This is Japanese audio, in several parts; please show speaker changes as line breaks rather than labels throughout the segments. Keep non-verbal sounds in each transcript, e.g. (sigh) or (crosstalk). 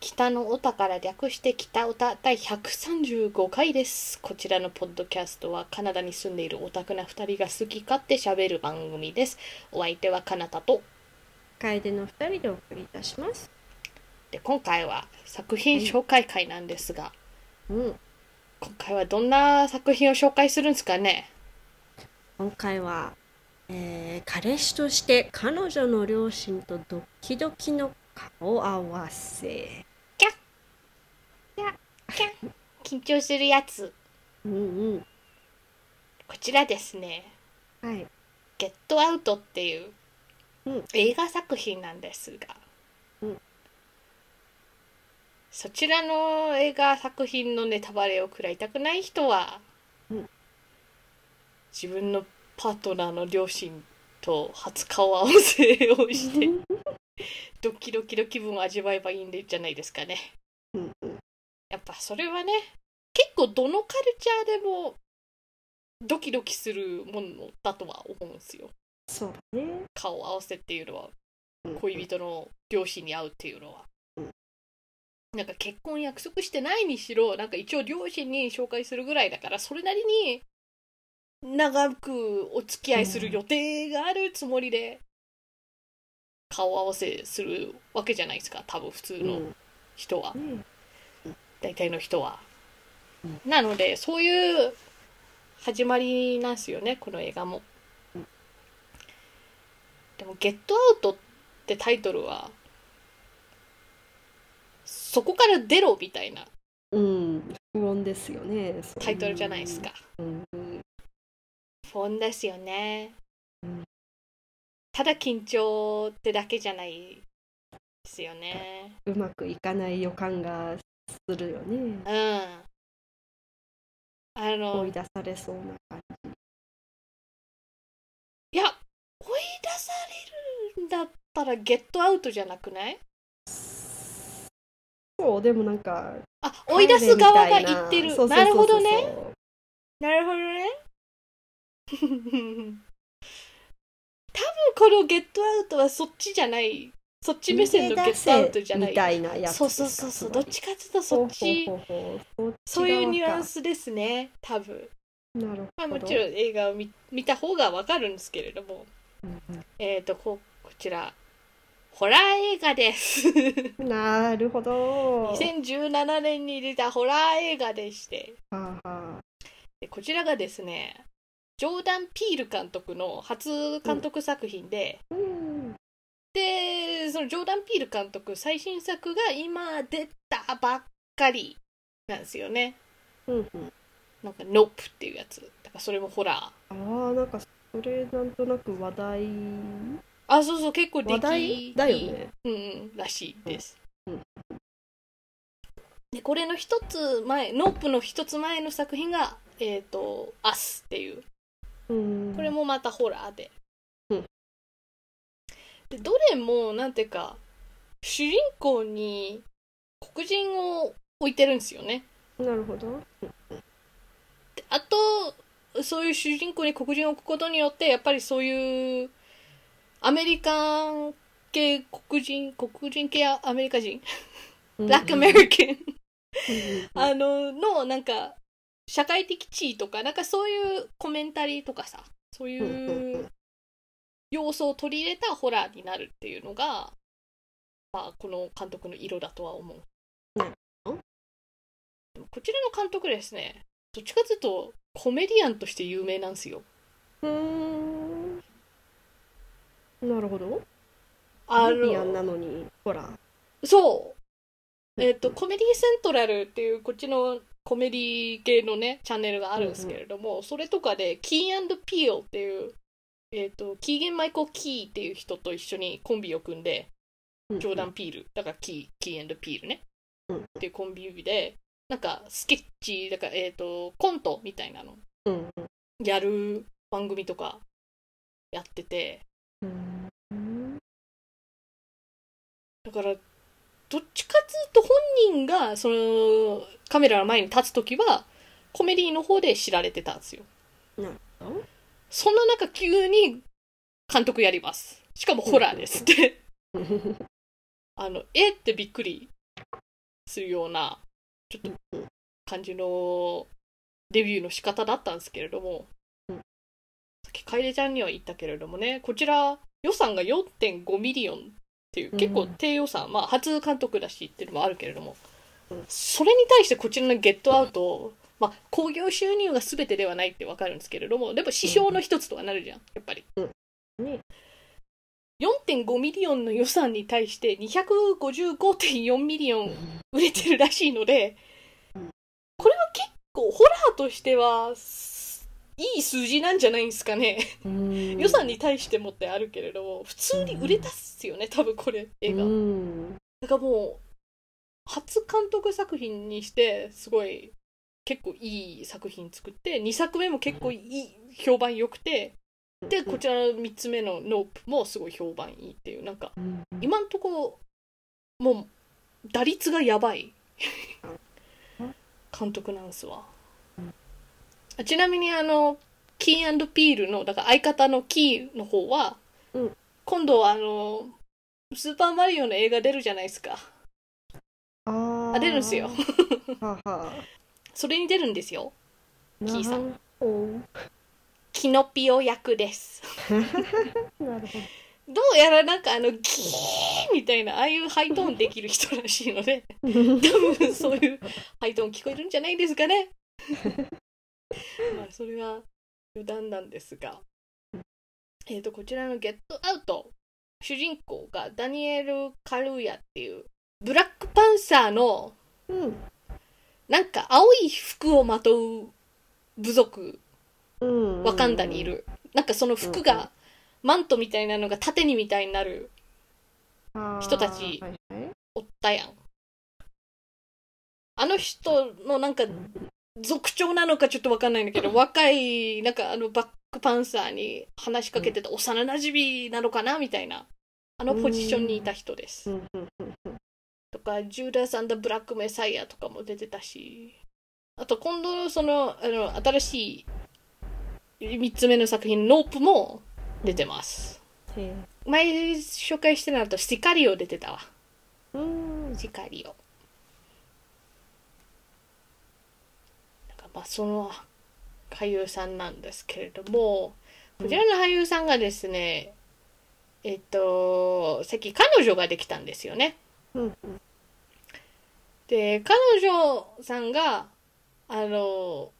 北のオタから略して北オタ第135回です。こちらのポッドキャストはカナダに住んでいるオタクな2人が好き勝手喋る番組です。お相手はカナタと。
楓の二人でお送りいたします。
で、今回は作品紹介会なんですが、
うん、
今回はどんな作品を紹介するんですかね
今回は、えー彼氏として彼女の両親とドキドキの顔合わせ。
緊張するやつ。
うんうん。
こちらですね、
はい。
ゲットアウトっていう
うん
映画作品なんですが、
うん
そちらの映画作品のネタバレを食らいたくない人は、
うん
自分のパートナーの両親と初顔合わせをしてドキドキの気分を味わえばいいんじゃないですかね。
うんうん。
やっぱそれはね結構どのカルチャーでもドキドキするものだとは思うんですよ。
そうだね。
顔を合わせっていうのは
うんうん
恋人の両親に会うっていうのは
うん。
なんか結婚約束してないにしろなんか一応両親に紹介するぐらいだからそれなりに長くお付き合いする予定があるつもりで顔合わせするわけじゃないですか多分普通
う
の
ん。
人は、
ね
大体の人は
うん。
なのでそういう始まりなんですよねこの映画も
うん。
でも「ゲットアウト」ってタイトルはそこから出ろみたいな
うん。不穏ですよね。そう
タイトルじゃないですか。。
うんうん。
不穏ですよね
うん。
ただ緊張ってだけじゃないですよね。
うまくいかない予感がするよね。
うん。あの
追い出されそうな感
いや追い出されるんだったらゲットアウトじゃなくない
じ。そう、でもなんか、
あ追い出す側が言ってる
そうそうそうそう
なるほどね。なるほどね (laughs) 多分このゲットアウトはそっちじゃないそっち目線のゲットアウトじゃな
逃
い
げ出せみたいなやつ
そうそうそうそうどっちかっていうとそっち
ほうほうほうほう
そういうニュアン
そっ
スですね多分
ち側かなるほど、
まあもちろん映画を見見た方がわかるんですけれども
うん
えっ、ー、とここちらホラー映画です
うんなるほど
2017年に出たホラー映画でして
はあはあ
でこちらがですねジョーダン・ピール監督の初監督作品で、
うん
でそのジョーダン・ピール監督最新作が今出たばっかりなんですよね
うんうん
なんか「ノープ」っていうやつだからそれもホラー
あーなんかそれなんとなく話題
あそうそう結構出
話題だよね
うんうんらしいです、
うん
でこれの一つ前ノープの一つ前の作品が「えっ、とアス」っていう
うん
これもまたホラーで。
うん
でどれもなんていうか主人公に黒人を置いてるんですよね。
なるほど
であとそういう主人公に黒人を置くことによってやっぱりそういうアメリカン系黒人黒人系アメリカ人ブラックアメリ
リ
カン
あ
あののなんか社会的地位とかなんかそういうコメンタリーとかさそう
うんう
い
んう
う要素を取り入れたホラーになるっていうのが、まあ、この監督の色だとは思う。
なるほど
でもこちらの監督ですねどっちかというとコメディアンとして有名なんですよ。
うんなるほど
あ
コメディアン
の
なのにほら
そう、えっとコメディセントラルっていうこっちのコメディ系のねチャンネルがあるんですけれども、それとかでキーピールっていう、えっとキーゲン・マイコ・キーっていう人と一緒にコンビを組んでジョーダン・ピールだからキーキーピールね、
うん
っていうコンビでなんかスケッチだから、えっとコントみたいなの
うん
やる番組とかやってて
うんうん
だからどっちかつうと本人がそのカメラの前に立つ時はコメディの方で知られてたんですよ
なるほど
そんな中急に監督やりますしかもホラーですってあのえってびっくりするようなちょっと感じのデビューの仕方だったんですけれども、
うん
さっき楓ちゃんには言ったけれどもねこちら予算が4.5ミリオンっていう結
う
構
ん
低予算、まあ初監督だしっていうのもあるけれども、
うん
それに対してこちらの「ゲットアウト」まあ興行収入が全てではないってわかるんですけれどもでも指標の一つとはなるじゃんやっぱり。
ね
4.5ミリオンの予算に対して255.4ミリオン売れてるらしいので
うん
これは結構ホラーとしてはすいい数字なんじゃないですかね (laughs)
うん
予算に対してもってあるけれども普通に売れたっすよね多分これ映画
うん
だからもう初監督作品にしてすごい結構いい作品作って2作目も結構いい評判良くてでこちらの3つ目の「ノープ」もすごい評判いいっていうなんか
うん
今んとこもう打率がやば
(laughs)
い監督なんすわ
うん
あちなみにあのキーピールのだから相方のキーの方は、
うん
今度はあのスーパーマリオの映画出るじゃないですか
あー
あ出るんすよ
はは
それに出るんですよ (laughs) キーさん
なるほ
キノピオ役です
どなるほ
どうやらなんかあのギーみたいなああいうハイトーンできる人らしいので
ど
多分そういう配当聞こえるんじゃないですかね。 (laughs) まあそれは余談なんですが、えー、とこちらの「ゲットアウト」主人公がダニエル・カルーヤっていうブラックパンサーの
うん
なんか青い服をまとう部族
うん
ワカンダにいるなんかその服がマントみたいなのが縦にみたいになる人たち
あーはいはい
おったやん。あの人のなんか族長なのかちょっとわかんないんだけど、若い、なんかあのバックパンサーに話しかけてた幼馴染なのかなみたいな、あのポジションにいた人で
う
す。
んうんうんうん
とか、ジューダスブラックメサイアとかも出てたし、あと今度のその、あの、新しい3つ目の作品、ノープも出てます。
へ
前紹介してなかったシカリオ出てたわ。
ーうん
シカリオなんかまあその俳優さんなんですけれどもこちらの俳優さんがですね、えっとさっき彼女ができたんですよね
うん
で彼女さんがあの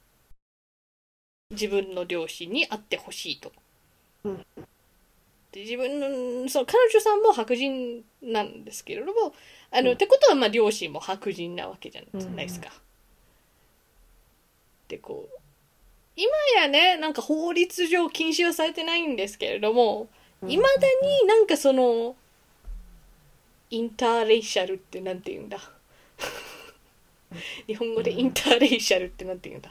自分の両親に会ってほしいと
うん
で自分のその彼女さんも白人なんですけれどもあの、ってことはまあ両親も白人なわけじゃないですか。でこう今やねなんか法律上禁止はされてないんですけれども
うん
いまだになんかそのインターレイシャルってなんて言うんだ日本語でインターレイシャルってなんて言うんだ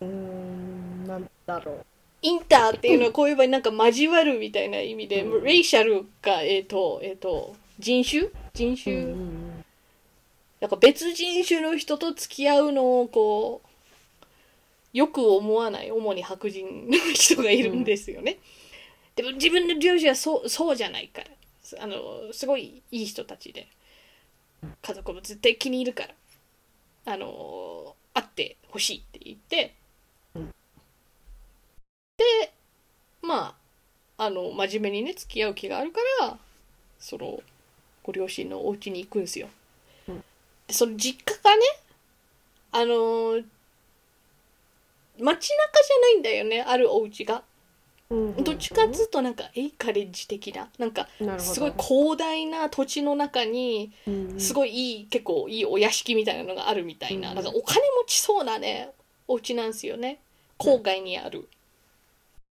うーんなんだろう
インターっていうのはこういう場合なんか交わるみたいな意味で、
うん
レイシャルがえっ、とえっ、と人種人種、
うん
なんか別人種の人と付き合うのをこうよく思わない主に白人の人がいるんですよね、でも自分の両親はそうそうじゃないからあのすごいいい人たちで家族も絶対気に入るからあの会ってほしいって言って、
うん
でまああの真面目にね付き合う気があるからそのご両親のお家に行くんですよでその実家がねあのー街中じゃないんだよねあるお家が
うんうん
どっちかっつうとなんかエイカレッジ的ななんか
なるほど
すごい広大な土地の中にすごいいい結構いいお屋敷みたいなのがあるみたいな
うん
なんかお金持ちそうなねお家なんですよね郊外にある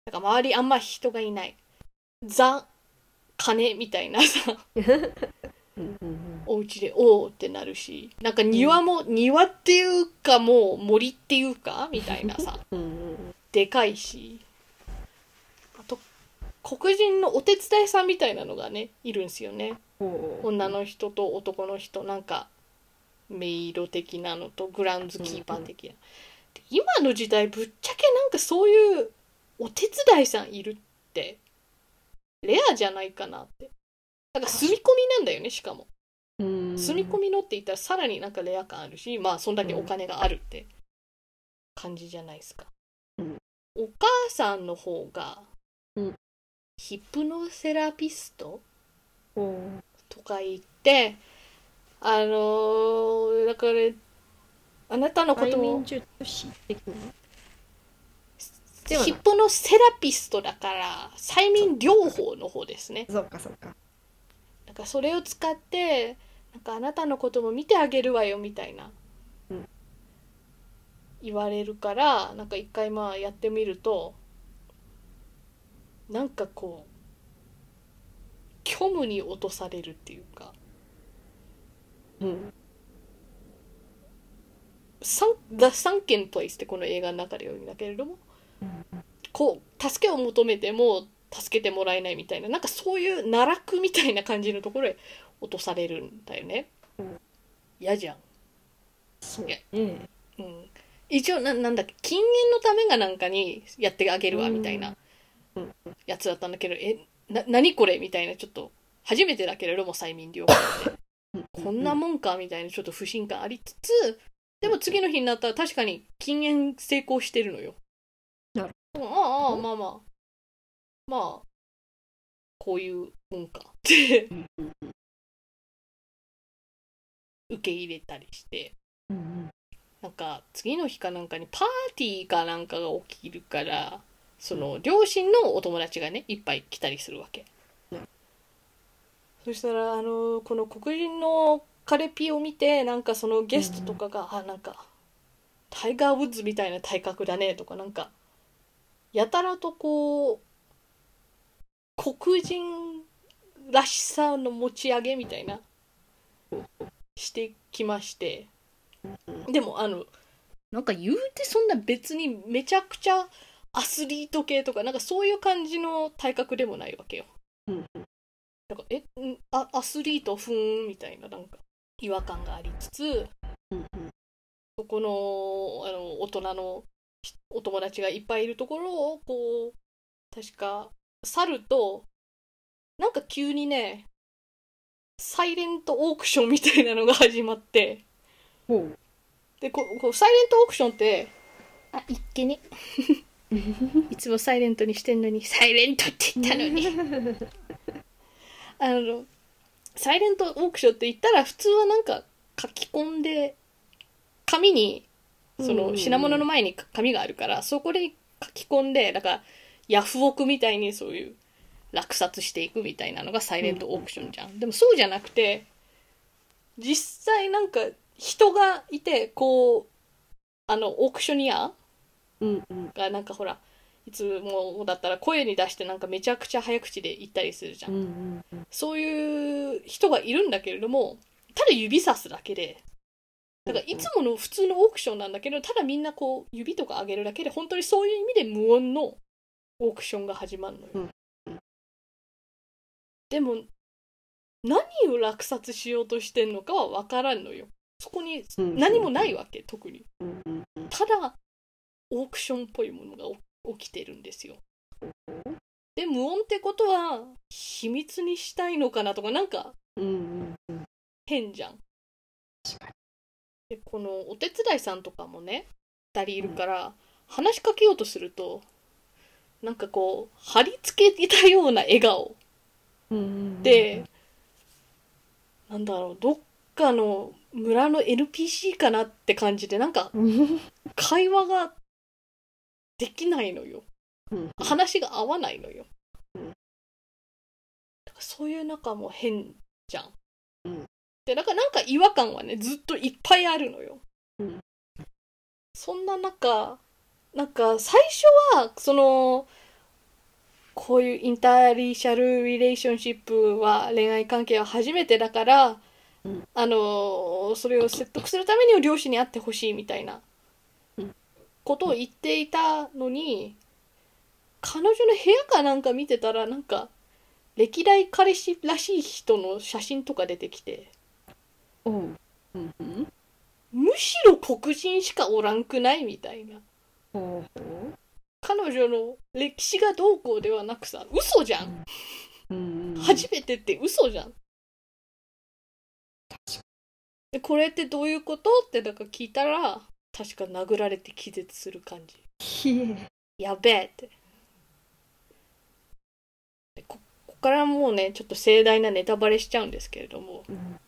なんか周りあんま人がいないザ金みたいなさ
うんうんうん
お家でおーってなるしなんか庭も、庭っていうかもう森っていうかみたいなさ
うんうん
でかいしあと黒人のお手伝いさんみたいなのがねいるんですよね
ほう
女の人と男の人なんかメイド的なのとグラウンズキーパー的な、で今の時代ぶっちゃけなんかそういうお手伝いさんいるってレアじゃないかなってなんか住み込みなんだよねしかも
うん
住み込みのって言ったらさらになんかレア感あるしまあそんだけお金があるって感じじゃないですか、
うん
お母さんの方が、
うん
ヒプノセラピスト
お
とか言ってあのーだからあなたのこ
催
と
眠
も
術師的なではない
ヒプノセラピストだから催眠療法の方ですね
そうかそうか
なんかそれを使ってなんかあなたのことも見てあげるわよみたいな、
うん
言われるからなんか一回まあやってみるとなんかこう虚無に落とされるっていうか
うん
「サン The Sunken Place」ってこの映画の中で言うんだけれどもこう助けを求めても助けてもらえないみたいななんかそういう奈落みたいな感じのところへ落とされるんだよね
うん
嫌じゃん
そう
いや
ねえ
うん、一応ななんだっけ禁煙のためがなんかにやってあげるわ
うん
みたいな
うん
やつだったんだけど、えな何これみたいなちょっと初めてだけれども催眠療法こんなもんかみたいなちょっと不信感ありつつでも次の日になったら確かに禁煙成功してるのよ。
なる
うんああああまあまあまあこういうもんかって
うんうん
受け入れたりして。
うん
なんか次の日かなんかにパーティーかなんかが起きるからその両親のお友達がねいっぱい来たりするわけ、
うん
そしたらあのこの黒人のカレピを見てなんかそのゲストとかが、あなんかタイガー・ウッズみたいな体格だねとかなんかやたらとこう黒人らしさの持ち上げみたいなしてきましてでもあのなんか言うてそんな別にめちゃくちゃアスリート系とかなんかそういう感じの体格でもないわけよ。
うん
なんかえんあアスリートふーんみたいななんか違和感がありつつ
うん
そこのあの大人のひお友達がいっぱいいるところをこう確か猿となんか急にねサイレントオークションみたいなのが始まって。
ほう
でここうサイレントオークションってあいっけね (laughs) いつもサイレントにしてんのにサイレントって言ったのにあのサイレントオークションって言ったら普通はなんか書き込んで紙にそ
うんうんう
の
ん
品物の前に紙があるからそこで書き込んでだからヤフオクみたいにそういう落札していくみたいなのがサイレントオークションじゃん、でもそうじゃなくて実際なんか人がいてこうあのオークショニア
うんうん
がなんかほらいつもだったら声に出してなんかめちゃくちゃ早口で言ったりするじゃ、
うんんうん
そういう人がいるんだけれどもただ指さすだけでだからいつもの普通のオークションなんだけどただみんなこう指とか上げるだけで本当にそういう意味で無音のオークションが始まるのよ、
うんうん
でも何を落札しようとしてんのかは分からんのよそこに
うん
何もないわけ特に
うんうんうん
ただオークションっぽいものがお起きてるんですよ。で無音ってことは秘密にしたいのかなとかなんか
うんうん
変じゃん。
確か
でこのお手伝いさんとかもね2人いるから、話しかけようとするとなんかこう貼り付けたような笑顔
にうんうんうん
で、なんだろうどっかの村の NPC かなって感じでなんか
うんうん
会話ができないのよ。
うん
話が合わないのよ、
うん
だからそういう中も変じゃん、
うん
でなんかなんか違和感はねずっといっぱいあるのよ、
うん
そんな中なんか最初はそのこういうインターリシャル・リレーションシップは恋愛関係は初めてだから、
うん
あのそれを説得するためには両親に会ってほしいみたいな
うん
ことを言っていたのに、彼女の部屋かなんか見てたらなんか歴代彼氏らしい人の写真とか出てきて
おううんうん
むしろ黒人しかおらんくないみたいな
ほう
彼女の歴史がどうこうではなくさ嘘じゃん
うんうん
初めてって嘘じゃんでこれってどういうことってなんか聞いたら確か殴られて気絶する感じ
ひえ
やべえってでこここからもうねちょっと盛大なネタバレしちゃうんですけれども
うん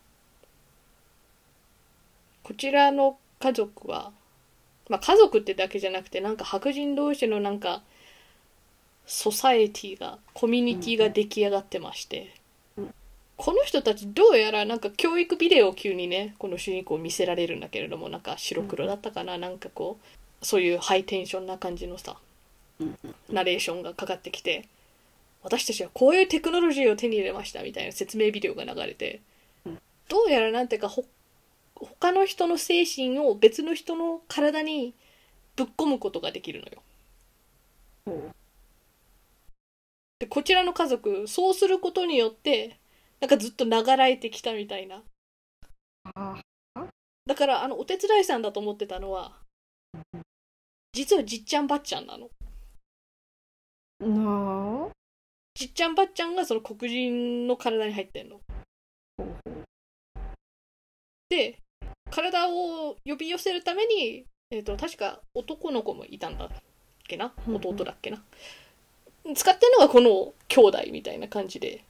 こちらの家族は、まあ、家族ってだけじゃなくてなんか白人同士のなんかソサエティがコミュニティが出来上がってまして、
うん
この人たちどうやらなんか教育ビデオを急にねこの主人公見せられるんだけれどもなんか白黒だったかな、なんかこうそういうハイテンションな感じのさ
うん
ナレーションがかかってきて私たちはこういうテクノロジーを手に入れましたみたいな説明ビデオが流れて
うん
どうやらなんていうかほ他の人の精神を別の人の体にぶっ込むことができるのよ
ほ
でこちらの家族そうすることによってなんかずっと長らえてきたみたいな
うあ
だからあのお手伝いさんだと思ってたのは実はじっちゃんばっちゃんなの
ーなあ
じっちゃんばっちゃんがその黒人の体に入ってんの
ほう
で体を呼び寄せるために、えー、と確か男の子もいたんだっけな
うんうん
弟だっけな、使ってるのがこの兄弟みたいな感じで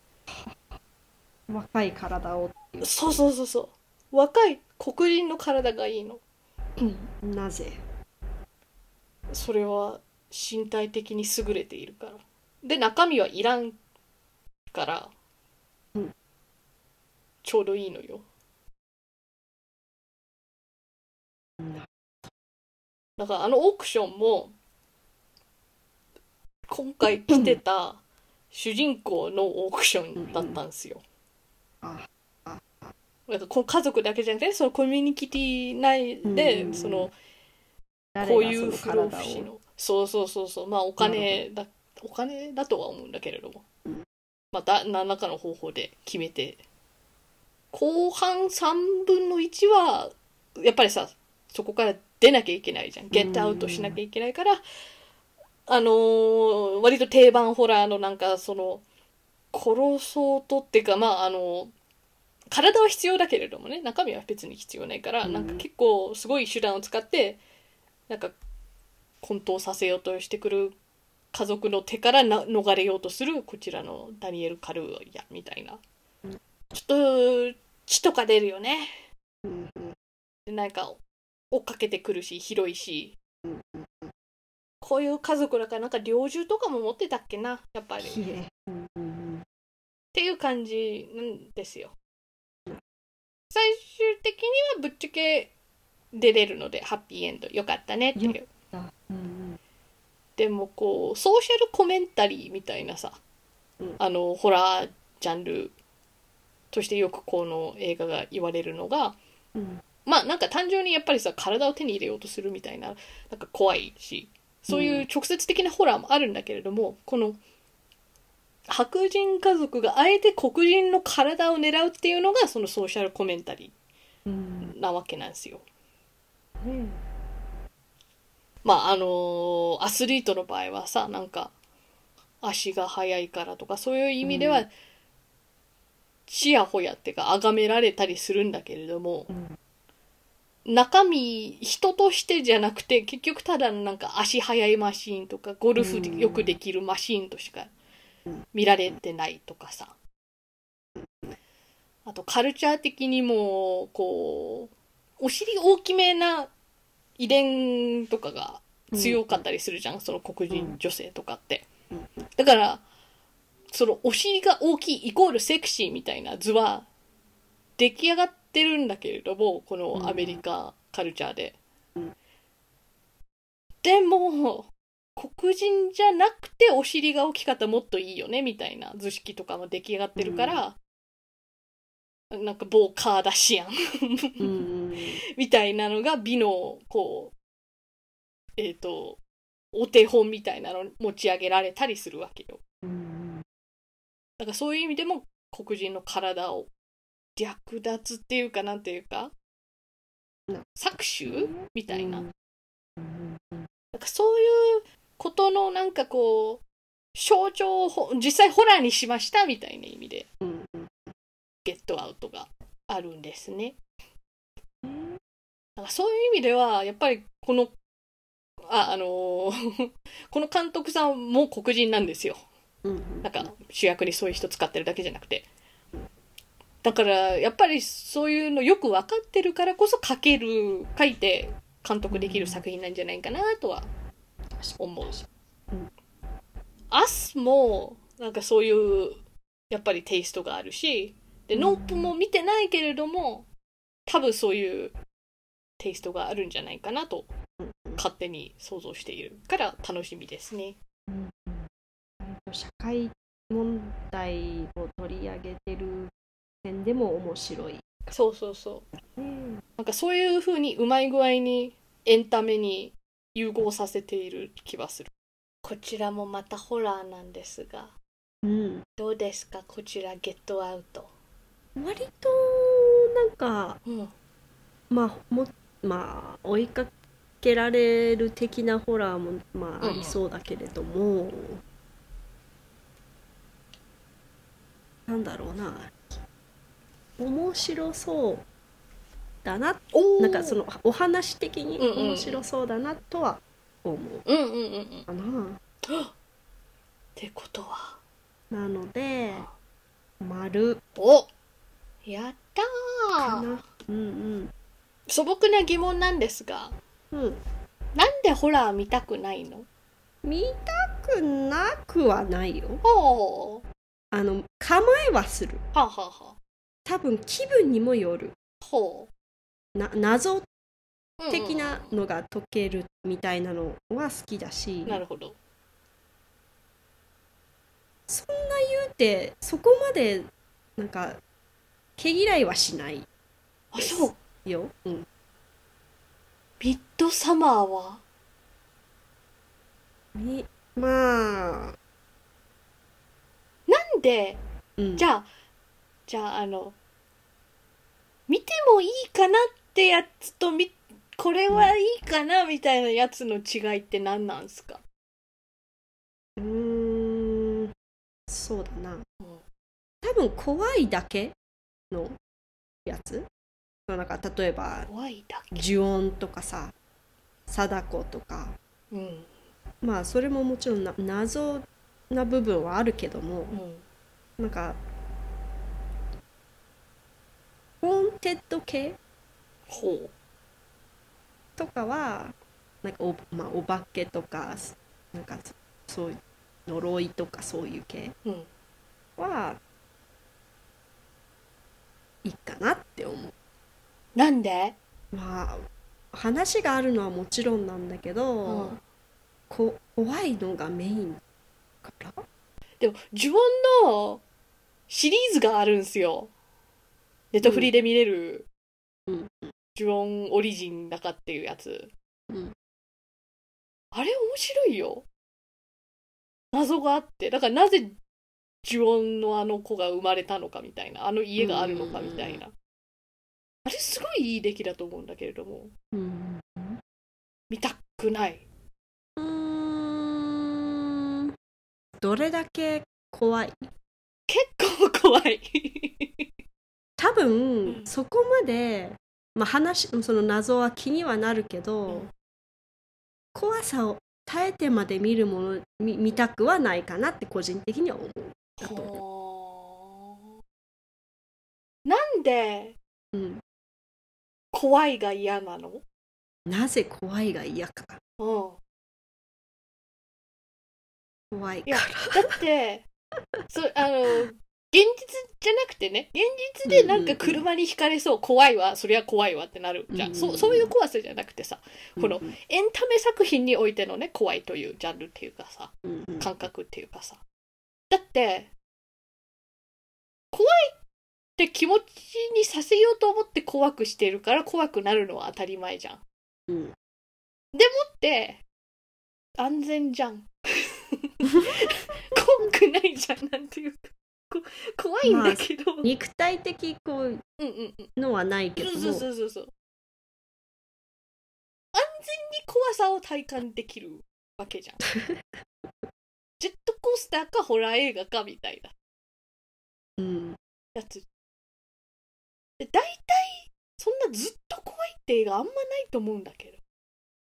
若い体を
そうそうそうそう若い黒人の体がいいの
なぜ
それは身体的に優れているからで中身はいらんから、
うん
ちょうどいいのよだからあのオークションも今回来てた主人公のオークションだったんですよ。
うんうんああ
なんかこう家族だけじゃなくてそのコミュニティ内で、
うん
その
誰
こう
が
いう
そ
不
の
老
体
不死
を
のそうそうそうそうまあお金だお金だとは思うんだけれども、
うん
また何らかの方法で決めて後半3分の1はやっぱりさそこから出なきゃいけないじゃんゲットアウトしなきゃいけないから、あのー割と定番ホラーのなんかその殺そうとっていうかまああの体は必要だけれどもね中身は別に必要ないから、
うん
なんか結構すごい手段を使ってなんか混沌させようとしてくる家族の手からな逃れようとするこちらのダニエル・カルーヤみたいな
うん
ちょっと血とか出るよね
うんうん
でなんか追っかけてくるし広いし
うんうん
こういう家族だからなんか猟銃とかも持ってたっけなやっぱり
ひえうんうん
っていう感じなんですよ最終的にはぶっちゃけ出れるのでハッピーエンドよかったねってい
よ
う
うん
でもこうソーシャルコメンタリーみたいなさ、
うん
あのホラージャンルとしてよくこの映画が言われるのが
うん
まあなんか単純にやっぱりさ体を手に入れようとするみたいななんか怖いしそういう直接的なホラーもあるんだけれども、この白人家族があえて黒人の体を狙うっていうのがそのソーシャルコメンタリ
うん
ーなわけなんですよ。
ね
まああのーアスリートの場合はさなんか足が速いからとかそういう意味で
う
はちやほやってか崇められたりするんだけれども
えうん
中身人としてじゃなくて結局ただのなんか足速いマシーンとかゴルフ
うん
よくできるマシーンとしか見られてないとかさあとカルチャー的にもこうお尻大きめな遺伝とかが強かったりするじゃん、その黒人女性とかって、
うん
だからそのお尻が大きいイコールセクシーみたいな図は出来上がってるんだけれどもこのアメリカカルチャーで、
うん
でも黒人じゃなくてお尻が大きかったらもっといいよねみたいな図式とかも出来上がってるから、なんか某カーダシアン (laughs)
うんうん
みたいなのが美のこうえっ、とお手本みたいなの持ち上げられたりするわけよ
うん
だからそういう意味でも黒人の体を略奪っていうかなんていうか
な
搾取みたいな,、
うんうんうん
なんかそういうことのなんかこう象徴をほ実際ホラーにしましたみたいな意味で
うんうん
ゲットアウトがあるるんですね。
うん
だからそういう意味では、やっぱりこの、あ、あのー (laughs) この監督さんも黒人なんですよ。
うん
なんか主役にそういう人使ってるだけじゃなくて。だから、やっぱりそういうのよく分かってるからこそ書ける、書いて監督できる作品なんじゃないかなとは思う。
うん
アスも、なんかそういう、やっぱりテイストがあるし、で、ノープも見てないけれども、多分そういうテイストがあるんじゃないかなと、勝手に想像しているから楽しみですね。
うん割と社会問題を取り上げてる点でも面白い。
そうそうそう。
うん
なんかそういう風にうまい具合にエンタメに融合させている気はする。こちらもまたホラーなんですが、
うん、
どうですかこちらゲットアウト。
割となんか、
うん。
まあ、もまあ追いかけられる的なホラーも、まあ、
うん
ありそうだけれども、なんだろうな面白そうだな
お
なんかそ
の。
のお話的に
うんうん
面白そうだなとは思う
うんうんうんうん。っ
かな、
てことは。
なので丸
おやった
か
ー
なうん
素朴な疑問なんですが、
うんうん
なんでホラー見たくないの
見たくなくはないよ
ほう。
あの構えはする
はあ、はあは
多分気分にもよる
あ、ほ
な
う。う
謎
んうん
的なのが解けるみたいなのは好きだし、
なるほど。
そんな言うてそこまでなんか毛嫌いはしない
あ、そう。
よ、うん、
ミッドサマーは
みまあ
なんで
うん
じゃあ、じゃあ、あの、見てもいいかなってやつとみ、これはいいかなみたいなやつの違いって何なんすか
うーん、そうだな。
うん
多分怖いだけのやつのなんか例えば
怖いだけ。
呪音とかさ貞子とか
うん。
まあそれももちろんな謎な部分はあるけども
うん。
なんかホーンテッド系
ほ
とかはなんかお,、まあ、お化けとかなんかそういう呪いとかそういう系
う。うん。
はいいかなって思
なんで
うまあ話があるのはもちろんなんだけど、
うん
こ怖いのがメインだから
でも、呪文のシリーズがあるんすよ。ネットフリで見れる
うん、
呪文オリジンだかっていうやつ。
うん
あれ面白いよ。謎があって。だからなぜ呪音のあの子が生まれたのかみたいな。あの家があるのかみたいな。あれすごいいい出来だと思うんだけれども。
うん
見たくない。
うんどれだけ怖い
結構怖い。
多分
うん
そこまで、まあ、話その謎は気にはなるけど、
うん
怖さを耐えてまで見るもの見見たくはないかなって個人的には思う。だと思
ほーなんで
ううん
怖いが嫌なの
なぜ怖いが嫌か
うん。
怖い
いや
か
だって、そあの、現実じゃなくてね、現実でなんか車にひかれそう、怖いわ、そりゃ怖いわってなるじゃん。
うん
そう、そういう怖さじゃなくてさ、
ら
このエンタメ作品においてのね、怖いというジャンルっていうかさ、
うんうん
感覚っていうかさ。だって、怖いって気持ちにさせようと思って怖くしてるから怖くなるのは当たり前じゃん。だ
う
っ
ん
て、安全じゃん。怖くないじゃん、なんていうか。こ怖いんだけど。うん
肉体的こう
うんうん。
のはないけども
そうそうそうそう。安全に怖さを体感できるわけ (laughs) じゃん。ジェットコースターかホラー映画かみたいな
うん
やつ。で大体そんなずっと怖いって映画あんまないと思うんだけど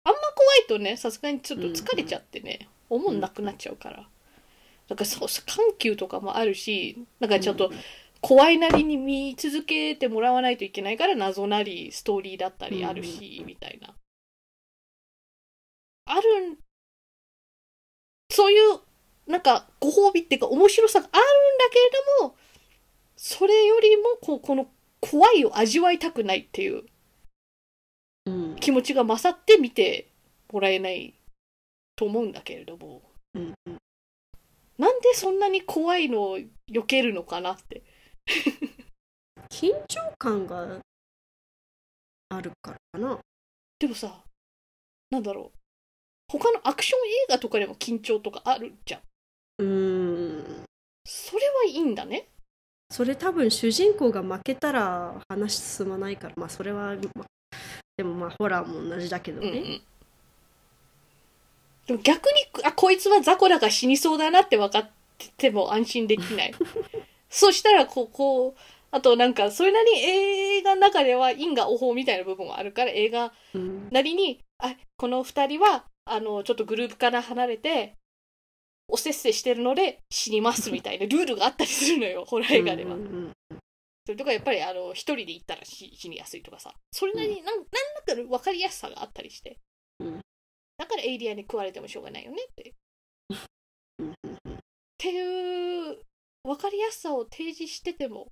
あんま怖いとねさすがにちょっと疲れちゃってね、思んなくなっちゃうからだからそう緩急とかもあるしなんかちょっと怖いなりに見続けてもらわないといけないから謎なりストーリーだったりあるし、みたいなあるんそういうなんかご褒美っていうか面白さがあるんだけれどもそれよりもこうこの怖いを味わいたくないっていう
うん
気持ちが勝って見てもらえないと思うんだけれども
うんうん
なんでそんなに怖いのを避けるのかなって
緊張感があるからかな
でもさなんだろう他のアクション映画とかでも緊張とかあるじゃん
うーん
それはいいんだね
それ多分主人公が負けたら話進まないからまあそれは、まあでもまあホラーも同じだけど
うんう
ね、
んでも逆にあこいつは雑魚だから死にそうだなって分かってても安心でき (laughs) ないそしたらこうこうあとなんかそれなりに映画の中では因果応報みたいな部分もあるから映画
うん
なりにあこの2人はあのちょっとグループから離れておせっせしてるので死にますみた
(laughs)
いなルールがあったりするのよホラー映画では。
うんうん
それとかやっぱりあの一人で行ったら死死にやすいとかさそれなりになんなんだか分かりやすさがあったりして、
うん
だからエイリアンに食われてもしょうがないよねってっ
うんうんうん
ていう分かりやすさを提示してても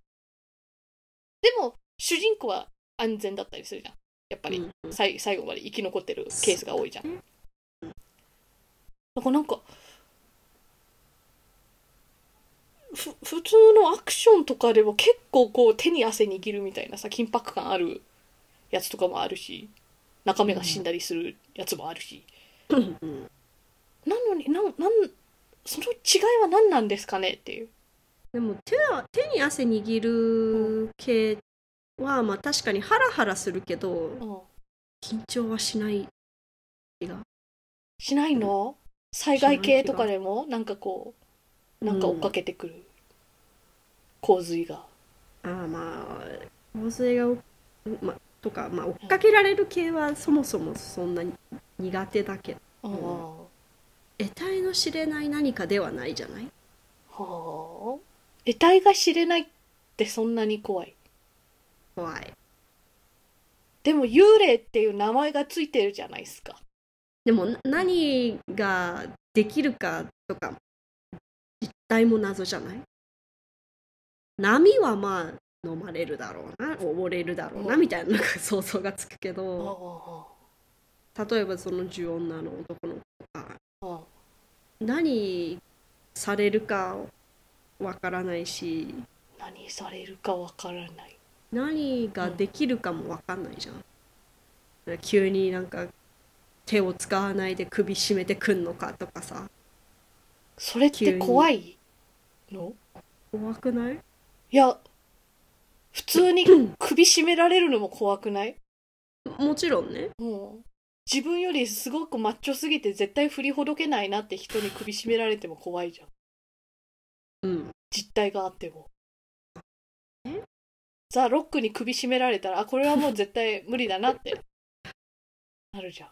でも主人公は安全だったりするじゃんやっぱり、
うんうん
さい最後まで生き残ってるケースが多いじゃん。だからなんかふ普通のアクションとかでも結構こう手に汗握るみたいなさ緊迫感あるやつとかもあるし中目が死んだりするやつもあるし、
うんうん
なのになんなんその違いは何なんですかねっていう。
でも手は手に汗握る系はまあ確かにハラハラするけど
うん
緊張はしない気が
しないの災害系とかでもなんかこうなんか追っかけてくる、洪水が。
あーまあ洪水が、ま、とか、まあ、追っかけられる系はそもそもそんなに苦手だけど
うん
得体の知れない何かではないじゃない
はあ得体が知れないってそんなに怖い
怖い
でも幽霊っていう名前がついてるじゃないですか
でもな何ができるかとか実態も謎じゃない波はまあ飲まれるだろうな溺れるだろうな
うん
みたいななんか想像がつくけ
あ
ど例えばその十女の男の子とか
ああ
何されるかわからないし
何されるかわからない
何ができるかもわかんないじゃん。だから急になんか手を使わないで首絞めてくんのかとかさ
それって
急に
怖いの
怖くない
いや普通に首絞められるのも怖くない
もちろんね
もう自分よりすごくマッチョすぎて絶対振りほどけないなって人に首絞められても怖いじゃん
うん
実態があっても
え
ザ・ロックに首絞められたらあこれはもう絶対無理だなって
(laughs)
なるじゃん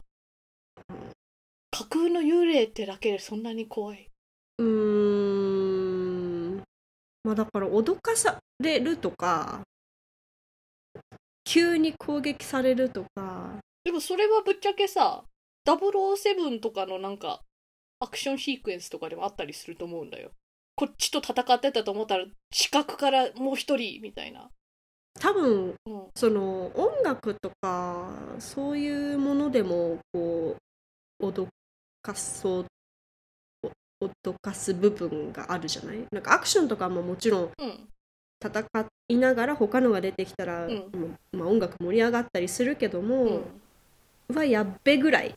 架空の幽霊ってだけでそんなに怖いう
ーんまあだから脅かされるとか急に攻撃されるとか
でもそれはぶっちゃけさ007とかのなんかアクションシークエンスとかでもあったりすると思うんだよこっちと戦ってたと思ったら死角からもう一人みたいな
多分
うん
その音楽とかそういうものでもこう脅かそうお脅かす部分があるじゃないなんかアクションとかももちろん
うん
戦いながら他のが出てきたら、
うん
もうまあ、音楽盛り上がったりするけど
う
も、
ん
うわやっべ
(laughs)
ぐらい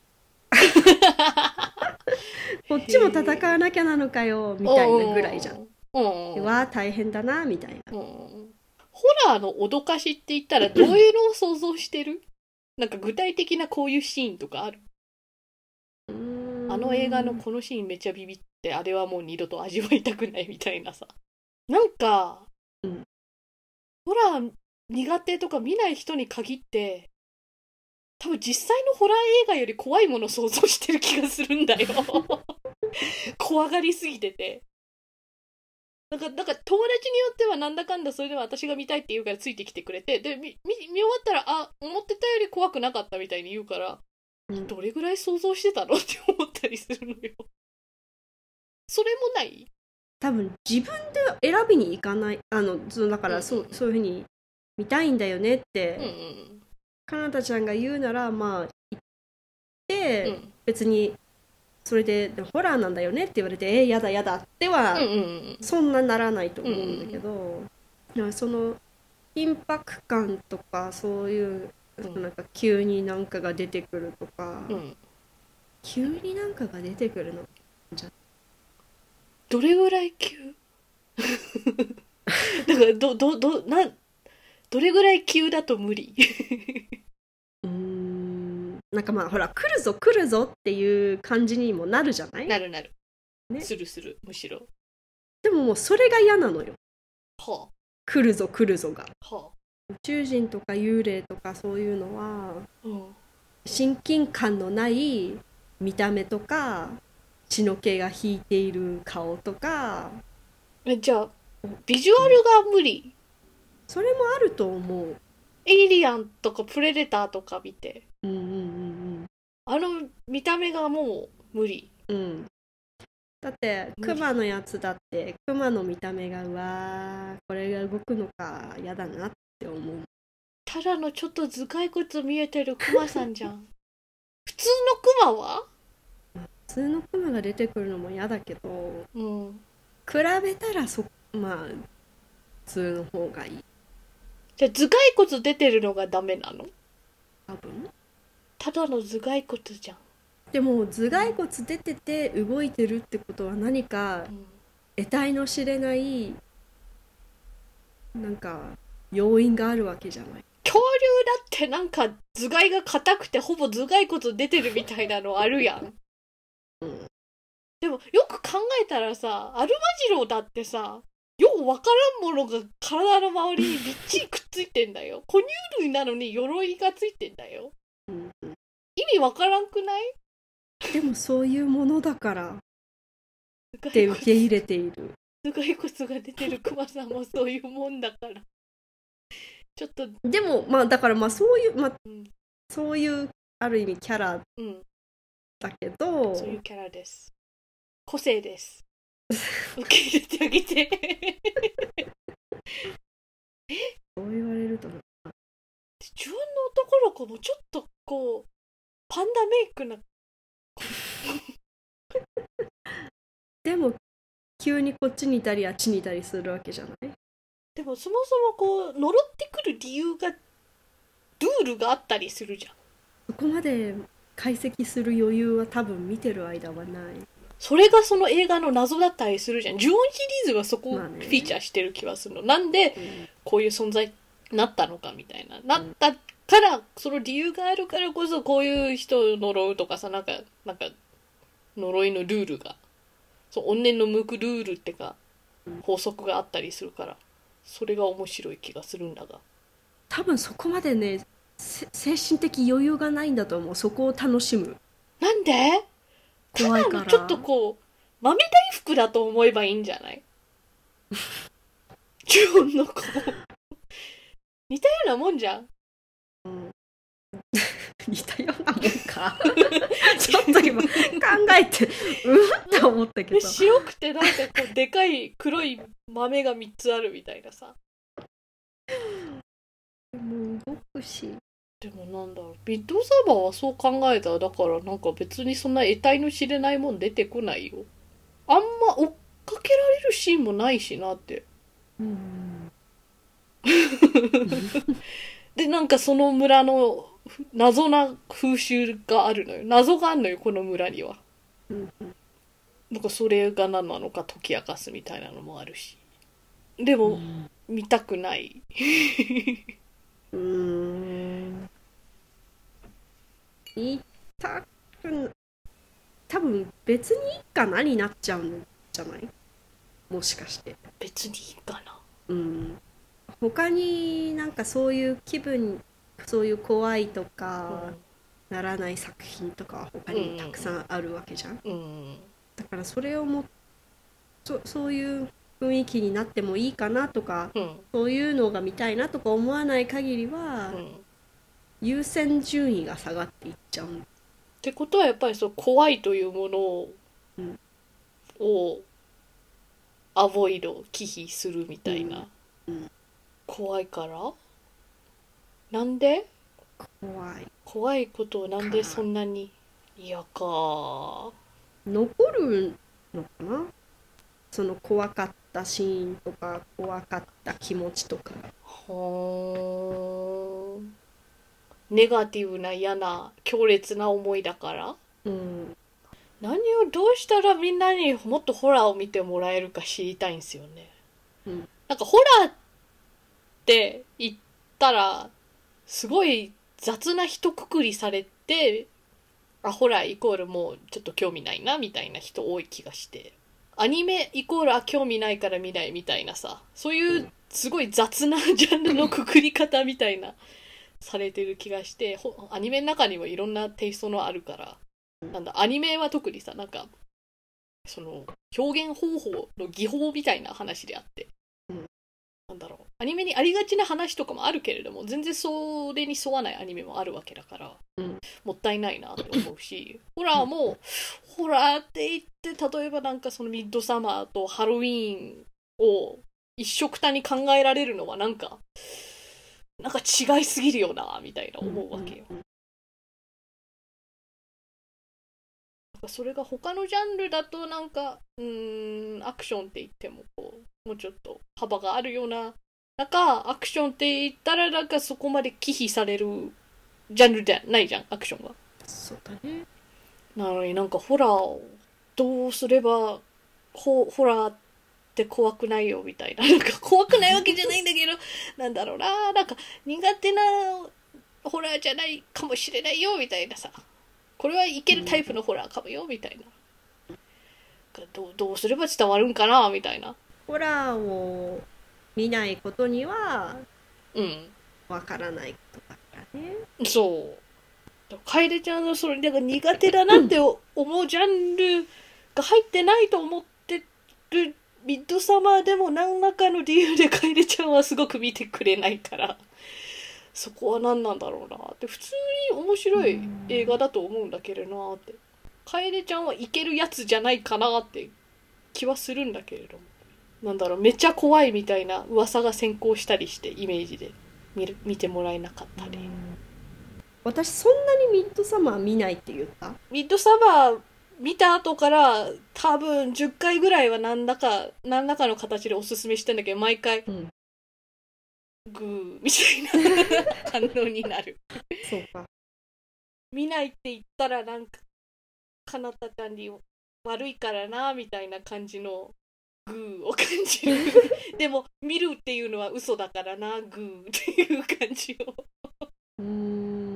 こっちも戦わなきゃなのかよみたいなぐらいじゃん。
うん
うわ大変だなみたいな。
うんホラーの脅かしって言ったらどういうのを想像してるなんか具体的なこういうシーンとかあるあの映画のこのシーンめっちゃビビってあれはもう二度と味わいたくないみたいなさなんか、
うん
ホラー苦手とか見ない人に限って多分実際のホラー映画より怖いもの想像してる気がするんだよ怖がりすぎててなんかなんか友達によってはなんだかんだそれでも私が見たいって言うからついてきてくれてでみ見見終わったらあ思ってたより怖くなかったみたいに言うから
うん
どれぐらい想像してたのって思ったりするのよそれもない
多分自分で選びに行かないあのそのだか
うん
らそう,、そういうふうに見たいんだよねって、
うんうん
かなたちゃんが言うならまあ行っ
う
て、
んうん
別にそれででもホラーなんだよねって言われてえー、やだやだっては、
うんうん
そんなならないと思うんだけど、なんかその緊迫感とかそういう、
うん
なんか急になんかが出てくるとか、
うん
急になんかが出てくるの
どれぐらい急 (laughs) だからどどどなんどれぐらい急だと無理 (laughs)
うーんなんかまあほら来るぞ来るぞっていう感じにもなるじゃない
なるなる、
ね
するするむしろ
でももうそれが嫌なのよ
は
来るぞ来るぞが
あは
宇宙人とか幽霊とかそういうのは
あ、うん、
親近感のない見た目とか血の気が引いている顔とか
えじゃあビジュアルが無理
それもあると思う
エイリアンとかプレデターとか見て
うんうん
あの見た目がもう無理
うんうんうんだって
無理
クマのやつだってクマの見た目がうわーこれが動くのか嫌だなって思う
ただのちょっと頭蓋骨見えてるクマさんじゃん (laughs) 普通のクマは
普通のクマが出てくるのも嫌だけど
うん
比べたらそまあ普通の方がいい
じゃあ頭蓋骨出てるのがダメなの
多分
ただの頭蓋骨じゃん、
でも頭蓋骨出てて動いてるってことは何か
うん
得体の知れないなんか要因があるわけじゃない
恐竜だってなんか頭蓋が硬くてほぼ頭蓋骨出てるみたいなのあるやん。
うん
でもよく考えたらさ、アルマジロだってさ、ようわからんものが体の周りにびっちりくっついてんだよ。哺乳類なのに鎧がついてんだよ。
うんうん
意味わからんくない
でもそういうものだから
頭
って
蓋
受け入
骨
れている
頭蓋骨が出て
(laughs)
るクマさんもそういうもんだから。ちょっと、う
でもまあだからまあそういうまあ
ん、
そういうある意味キャラ
うん、
だけど
そういうキャラです。個性
(laughs)
です。受け入れてあげて。
そう言われるとな
自分の男の子もちょっとこうパンダメイクな
でも急にこっちにいたりあっちにいたりするわけじゃない
でもそもそもこう呪ってくる理由がルールがあったりするじゃん
そこまで解析する余裕は多分見てる間はない
それがその映画の謎だったりするじゃんジュオンシリーズはそこをフ
まあね
ィーチャーしてる気はするのなんでこういう存在になったのかみたいななったからその理由があるからこそこういう人を呪うとかさなんかなんか呪いのルールがそう怨念の向くルールってか
うん
法則があったりするからそれが面白い気がするんだが
多分そこまでねせ精神的余裕がないんだと思うそこを楽しむ
なんでた
怖い
だ
か
の
ら
ちょっとこう豆大福だと思えばいいんじゃない
(laughs)
ジュオンの子似たようなもんじゃん
うん似たようなもんか (laughs) ちょっと今考えてうんって思ったけ
で
ど
白くてなんかこうでかい黒い豆が3つあるみたいなさ
もう動くし
でもなんだろうビッドサーバーはそう考えたらだからなんか別にそんな得体の知れないもん出てこないよあんま追っかけられるシーンもないしなって
うん
でなんかその村のふ謎な風習があるのよ謎があるのよこの村には
うん
なんかそれが何なのか解き明かすみたいなのもあるしでも見たくない
うん言いたくん多分別にいいかなになっちゃうんじゃないもしかして
別にいいかな
うん他になんかそういう気分そういう怖いとかならない作品とかは他にもたくさんあるわけじゃん
うんうん
だからそれをもそそういう雰囲気になってもいいかなとか
うん
そういうのが見たいなとか思わない限りは
うんっ
優先順位が下がっていっちゃう
てことはやっぱりそう怖いというものを
うん
をアボイド忌避するみたいな、
うんうん
怖いからなんで
怖い
怖いことをなんでそんなに嫌か
残るのかなその怖かったシーンとか怖かった気持ちとか
ほーんネガティブな嫌な強烈な思いだから
うん
何をどうしたらみんなにもっとホラーを見てもらえるか知りたいんですよね、
うん
なんかホラーって言ったらすごい雑な一括りされてあホラーイコールもうちょっと興味ないなみたいな人多い気がしてアニメイコールあ興味ないから見ないみたいなさそういううすごい雑なジャンルのくくり方みたいなされてる気がしてほアニメの中にもいろんなテイストのあるからなんだアニメは特にさなんかその表現方法の技法みたいな話であって、
うん
なんだろうアニメにありがちな話とかもあるけれども全然それに沿わないアニメもあるわけだから、
うん
もったいないなって思うしホラーもホラーって言って例えばなんかそのミッドサマーとハロウィーンを一緒くたに考えられるのはなんかなんか違いすぎるよなみたいな思うわけよ。
うん
なんかそれが他のジャンルだとなんかうーんアクションって言ってもこうもうちょっと幅があるような中アクションって言ったらなんかそこまで忌避されるジャンルじゃないじゃんアクションは。
そうだね
なのになんかホラーをどうすればホホラーって怖くないよみたいななんか怖くないわけじゃないんだけど (laughs) なんだろうななんか苦手なホラーじゃないかもしれないよみたいなさこれはいけるタイプのホラーかもよみたいなどうどうすれば伝わるんかなみたいな
ホラーを見ないことには
うん
わからないことだからね
そう楓ちゃんのそれなんか苦手だなって思うジャンルが入ってないと思ってるミッドサマーでも何らかの理由で楓ちゃんはすごく見てくれないからそこは何なんだろうなって普通に面白い映画だと思うんだけどなって楓ちゃんはいけるやつじゃないかなって気はするんだけれどもなんだろうめっちゃ怖いみたいな噂が先行したりしてイメージで見る見てもらえなかったり。
私そんなにミッドサマー見ないって言った
ミッドサマー見た後から多分10回ぐらいは何らか何らかの形でおすすめしてんだけど毎回
うん
グーみたいな反応になる
そうか
見ないって言ったらなんかかなたちゃんに悪いからなみたいな感じのグーを感じ
(laughs)
るでも見るっていうのは嘘だからなグーっていう感じを
うーん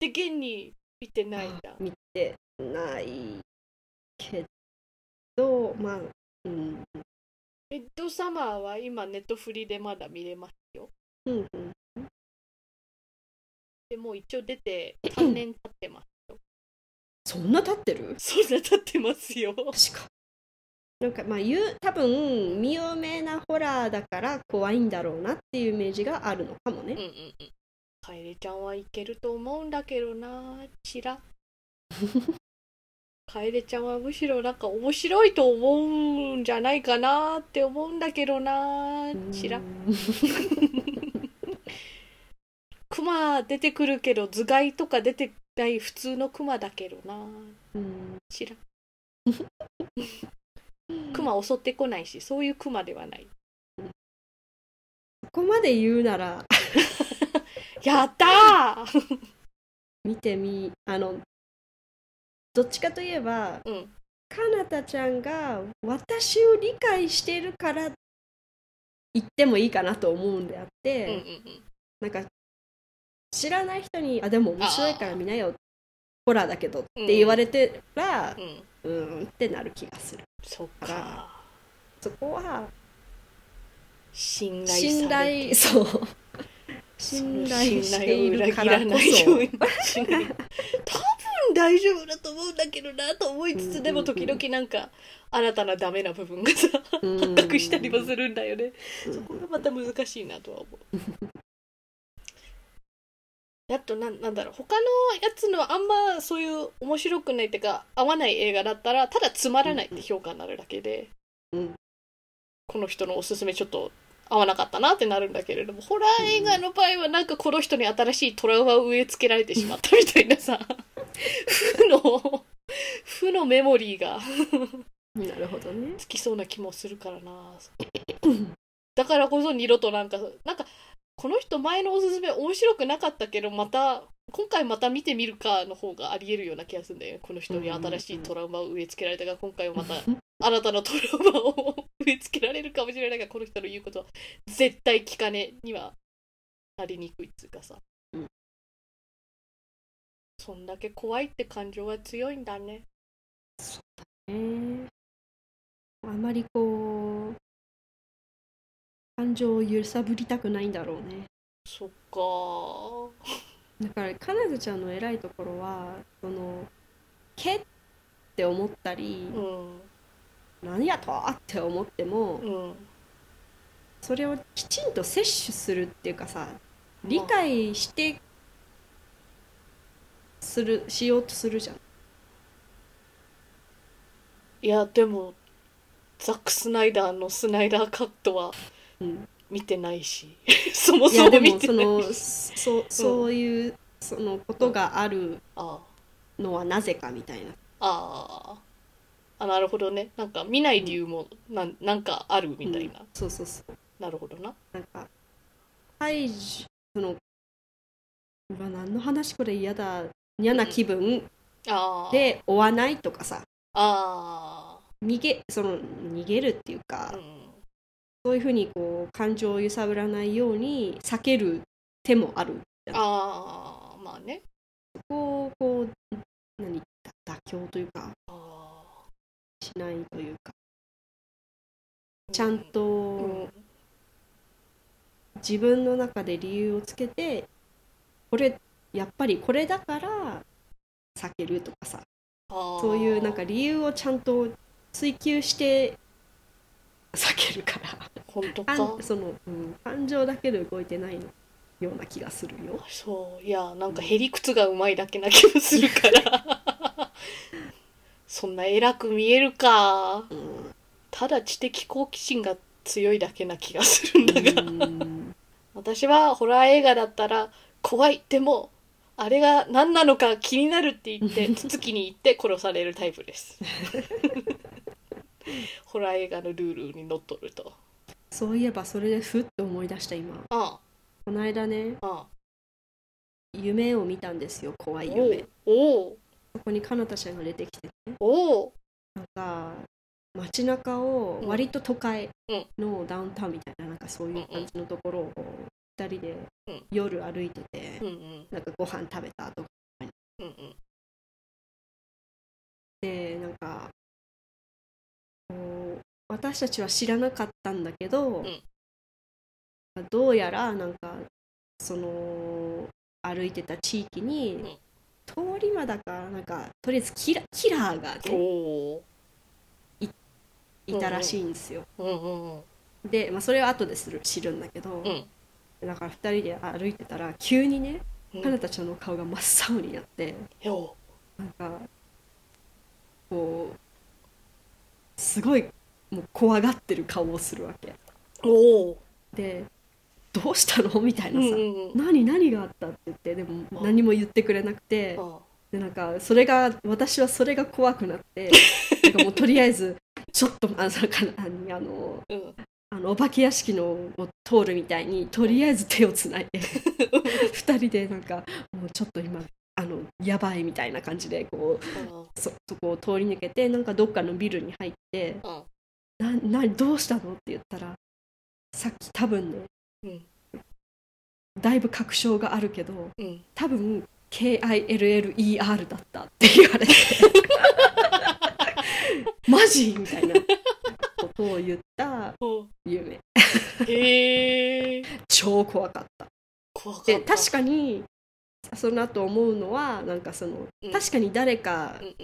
で現に見てないんだ
見てないけどまあうん
ミッドサマーは今ネットフリでまだ見れますよ
うんうん
でもう一応出 (clears throat) て3年経ってます。
そんな経ってる
そんな経ってますよ。
確かなんかまあ言う多分見有名なホラーだから怖いんだろうなっていうイメージがあるのか
うん
も
う
ね
んうん。カエルちゃんはいけると思うんだけどな、ちら。 (laughs) カエルちゃんはむしろなんか面白いと思うんじゃないかなって思うんだけどな、ちら
う。
クマ出てくるけど頭蓋とか出てない普通のクマだけどな、
ん
ちら。クマ襲ってこないし、そういうクマでは (laughs) ない。
そこまで言うなら
やったー
見てみあのどっちかといえば
うん
かなたちゃんが私を理解しているから言ってもいいかなと思うんであ
う
っ
んうん
て、
うん。
なんか知らない人に「あでも面白いから見なよホラーだけど」って言われてら
うん、
うーんってなる気がする
そっ
あら
か。
そこは
信頼
信
されて
頼そう信頼しているからこそ
うにしない多分大丈夫だと思うんだけどなと思いつつ、
うんうんうん
でも時々なんか新たなダメな部分がさ
発
(laughs) 発覚したりもするんだよね、
うん
そこがまた難しいなとは思うあとなんなんだろう他のやつのあんまそういう面白くないっていうか合わない映画だったらただつまらないって評価になるだけで、
うん
この人のおすすめちょっと合わなかったなってなるんだけれどもホラー映画の場合はなんかこの人に新しいトラウマを植え付けられてしまったみたいな
(laughs)
さ負の負のメモリーが
なるほどね
つきそうな気もするからな (laughs) だからこそ二度となんかなんかこの人前のおすすめ面白くなかったけどまた今回また見てみるかの方がありえるような気がするんだよねこの人に新しいトラウマを植え付けられたが今回はまた新たなトラウマを植え付けられるかもしれないがこの人の言うことは絶対聞かねえにはなりにくいっつうかさ、
うん
そんだけ怖いって感情が強いんだね
ねあまりこう感情を揺さぶりたくないんだろうね
そっかー
だからかなずちゃんの偉いところはその「け」って思ったり
うん
「何やと!」って思っても
うん
それをきちんと摂取するっていうかさ理解してするしようとするじゃん。
いやでもザック・スナイダーのスナイダーカットは
うん、
見てないし (laughs) そも
い
そ
やで
も見
も
て
そ
ない
の
(laughs)
そそういう、そのことがある
あ
のはなぜかみたいな。
あああなるほどねなんか見ない理由もなんなんかあるみたいな、
うんそうそうそう。
なるほどな
なんか排除そのうわ何の話これ嫌だ嫌な気分
ああ
で追わないとかさ
あ
逃げその逃げるっていうか。
あうん
そういうふうにこう感情を揺さぶらないように避ける手もある。
ああまあね
こう、こう、何、妥協というか、
あ
しないというか、
あ
ちゃん
うん、
と自分の中で理由をつけて、これ、やっぱりこれだから避けるとかさ、
ああ
そういうなんか理由をちゃんと追求して避けるから、
本当
あ
か
んその、うん、感情だけで動いてないのような気がするよ。
そういやなんかへりくつがうまいだけな気もするからそんな偉く見えるか
うん
ただ知的好奇心が強いだけな気がするんだが、
うん
私はホラー映画だったら怖いでもあれが何なのか気になるって言って
(laughs)
つつきに行って殺されるタイプですホラー映画のルールにのっとると
そういえばそれでふっと思い出した今。
あ
この間ね
あああ
夢を見たんですよ怖い
お
夢
うおう
そこにかなたちゃんが出てきて
おう
なんか街中を
うん
割と都会
うん
のダウンタウンみたいななんかそういう感じのところを2人で
うん
夜歩いてて
うんうん
なんかご飯食べた後
うんうん
でなんかこう私たちは知らなかったんだけど、
ん
どうやらなんかその歩いてた地域に、通り魔だかなんかとりあえずキラキラーがね、
おう
いたらしいんですよ。
うんうんうん
で、まあ、それは後でする知るんだけど、
うん
だから2人で歩いてたら急にね
うん
かなたちゃんの顔が真っ青になって
よう
なんかこうすごいもう怖がってる顔をするわけ。
おお。
で「どうしたの?」みたい
うん
な
う
さ「
んうん。
何何があった?」って言ってでも何も言ってくれなくて
あ
でなんかそれが私はそれが怖くなって
(laughs)
なんかもうとりあえずちょっとあのなんか何あの
うん。
あのお化け屋敷のを通るみたいにとりあえず手をつない
(laughs)
で2人でなんかもうちょっと今あのやばいみたいな感じでこうそそこを通り抜けてなんかどっかのビルに入って
ああ。
「な何どうしたの?」って言ったらさっき多分ね
うん
だいぶ確証があるけど
うん。
多分 KILLER だったって言われてマジみたいなことを言った
おう
夢
へへえ
超怖かった。
怖かった
で確かにその後思うのはなんかその
うん
確かに誰か、
うんうん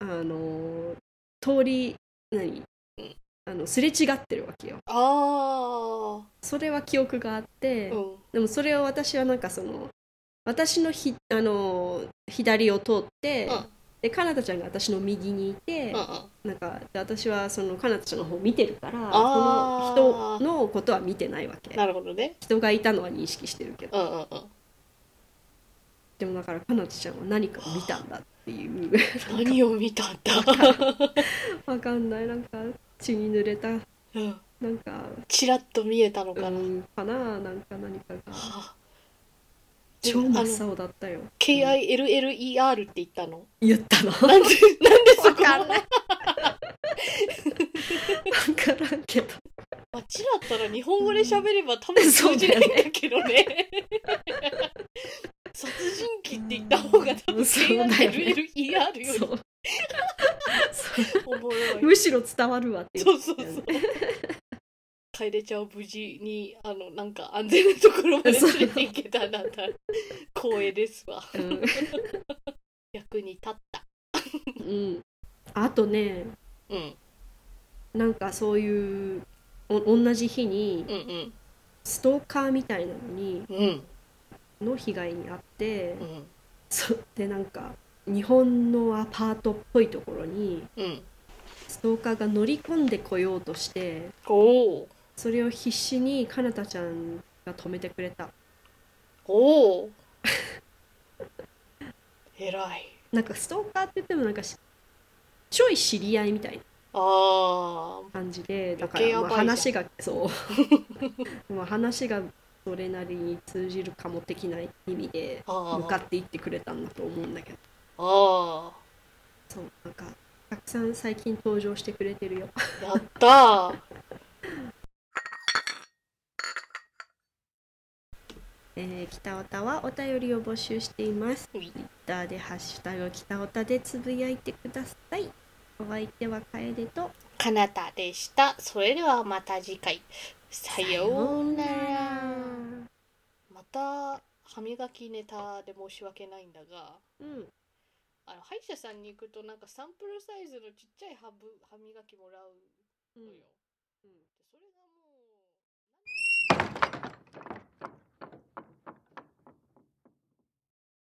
あの通り何
うん
あのすれ違ってるわけよ。
あ
それは記憶があって、
あうん
でもそれを私はなんかその私のひあの左を通って、
うん
でかなたちゃんが私の右にいて、
うんうん
なんかで私はそのかなたちゃんの方を見てるから
あー
この人のことは見てないわけ
なるほどね
人がいたのは認識してるけど
うんうんうん
でもだからかなたちゃんは何かを見たんだっていう (laughs)
何を見たんだ
わかんないなんか血に濡れた
うん
なんか
ちらっと見えたのかな、
うんかななんか何かが
はあ
超
あの
真っ青だったよ
KILLER って言ったの
言ったの
なんでなんでそこ
わか
間
んないわからんけど
あちらったら日本語で喋れば多
(laughs)
分通じないんだけどね (laughs) 殺人鬼って言った方が多分
そうだよね
KILLER より
そうそう
おもろい
むしろ伝わるわって言
そうそうそう。楓ちゃんを無事に、あの、なんか安全なところまで連れて行けたなんだ。光栄ですわ。
うん
役に立った。
うん、あとね
うん、
なんかそういうお同じ日に
うん、
ストーカーみたいなのに
うん、うん、
の被害に遭って
うん、
そでなんか日本のアパートっぽいところに
うん。
ストーカーが乗り込んでこようとして
おお、
それを必死にかなたちゃんが止めてくれた
お
(laughs)
お。偉い。
なんかストーカーって言ってもなんかしちょい知り合いみたいな
あ
感じでだか
余計
ら
や
ま
ば
あ
いじゃん
話がそう (laughs) まあ話がそれなりに通じるかも的な意味で
あ、ああ、
向かっていってくれたんだと思うんだけど
あ
そうなんかたくさん最近登場してくれてるよ
あ、
(laughs)
やったー。
えー、北オタはお便りを募集しています
うい
Twitter で「ハッシュタグ北オタ」でつぶやいてくださいお相手は楓と
かなたでした。それではまた次回。さようなら。また歯磨きネタで申し訳ないんだが
うん
あの歯医者さんに行くとなんかサンプルサイズのちっちゃい歯ぶ歯磨きもらうのよ、
うん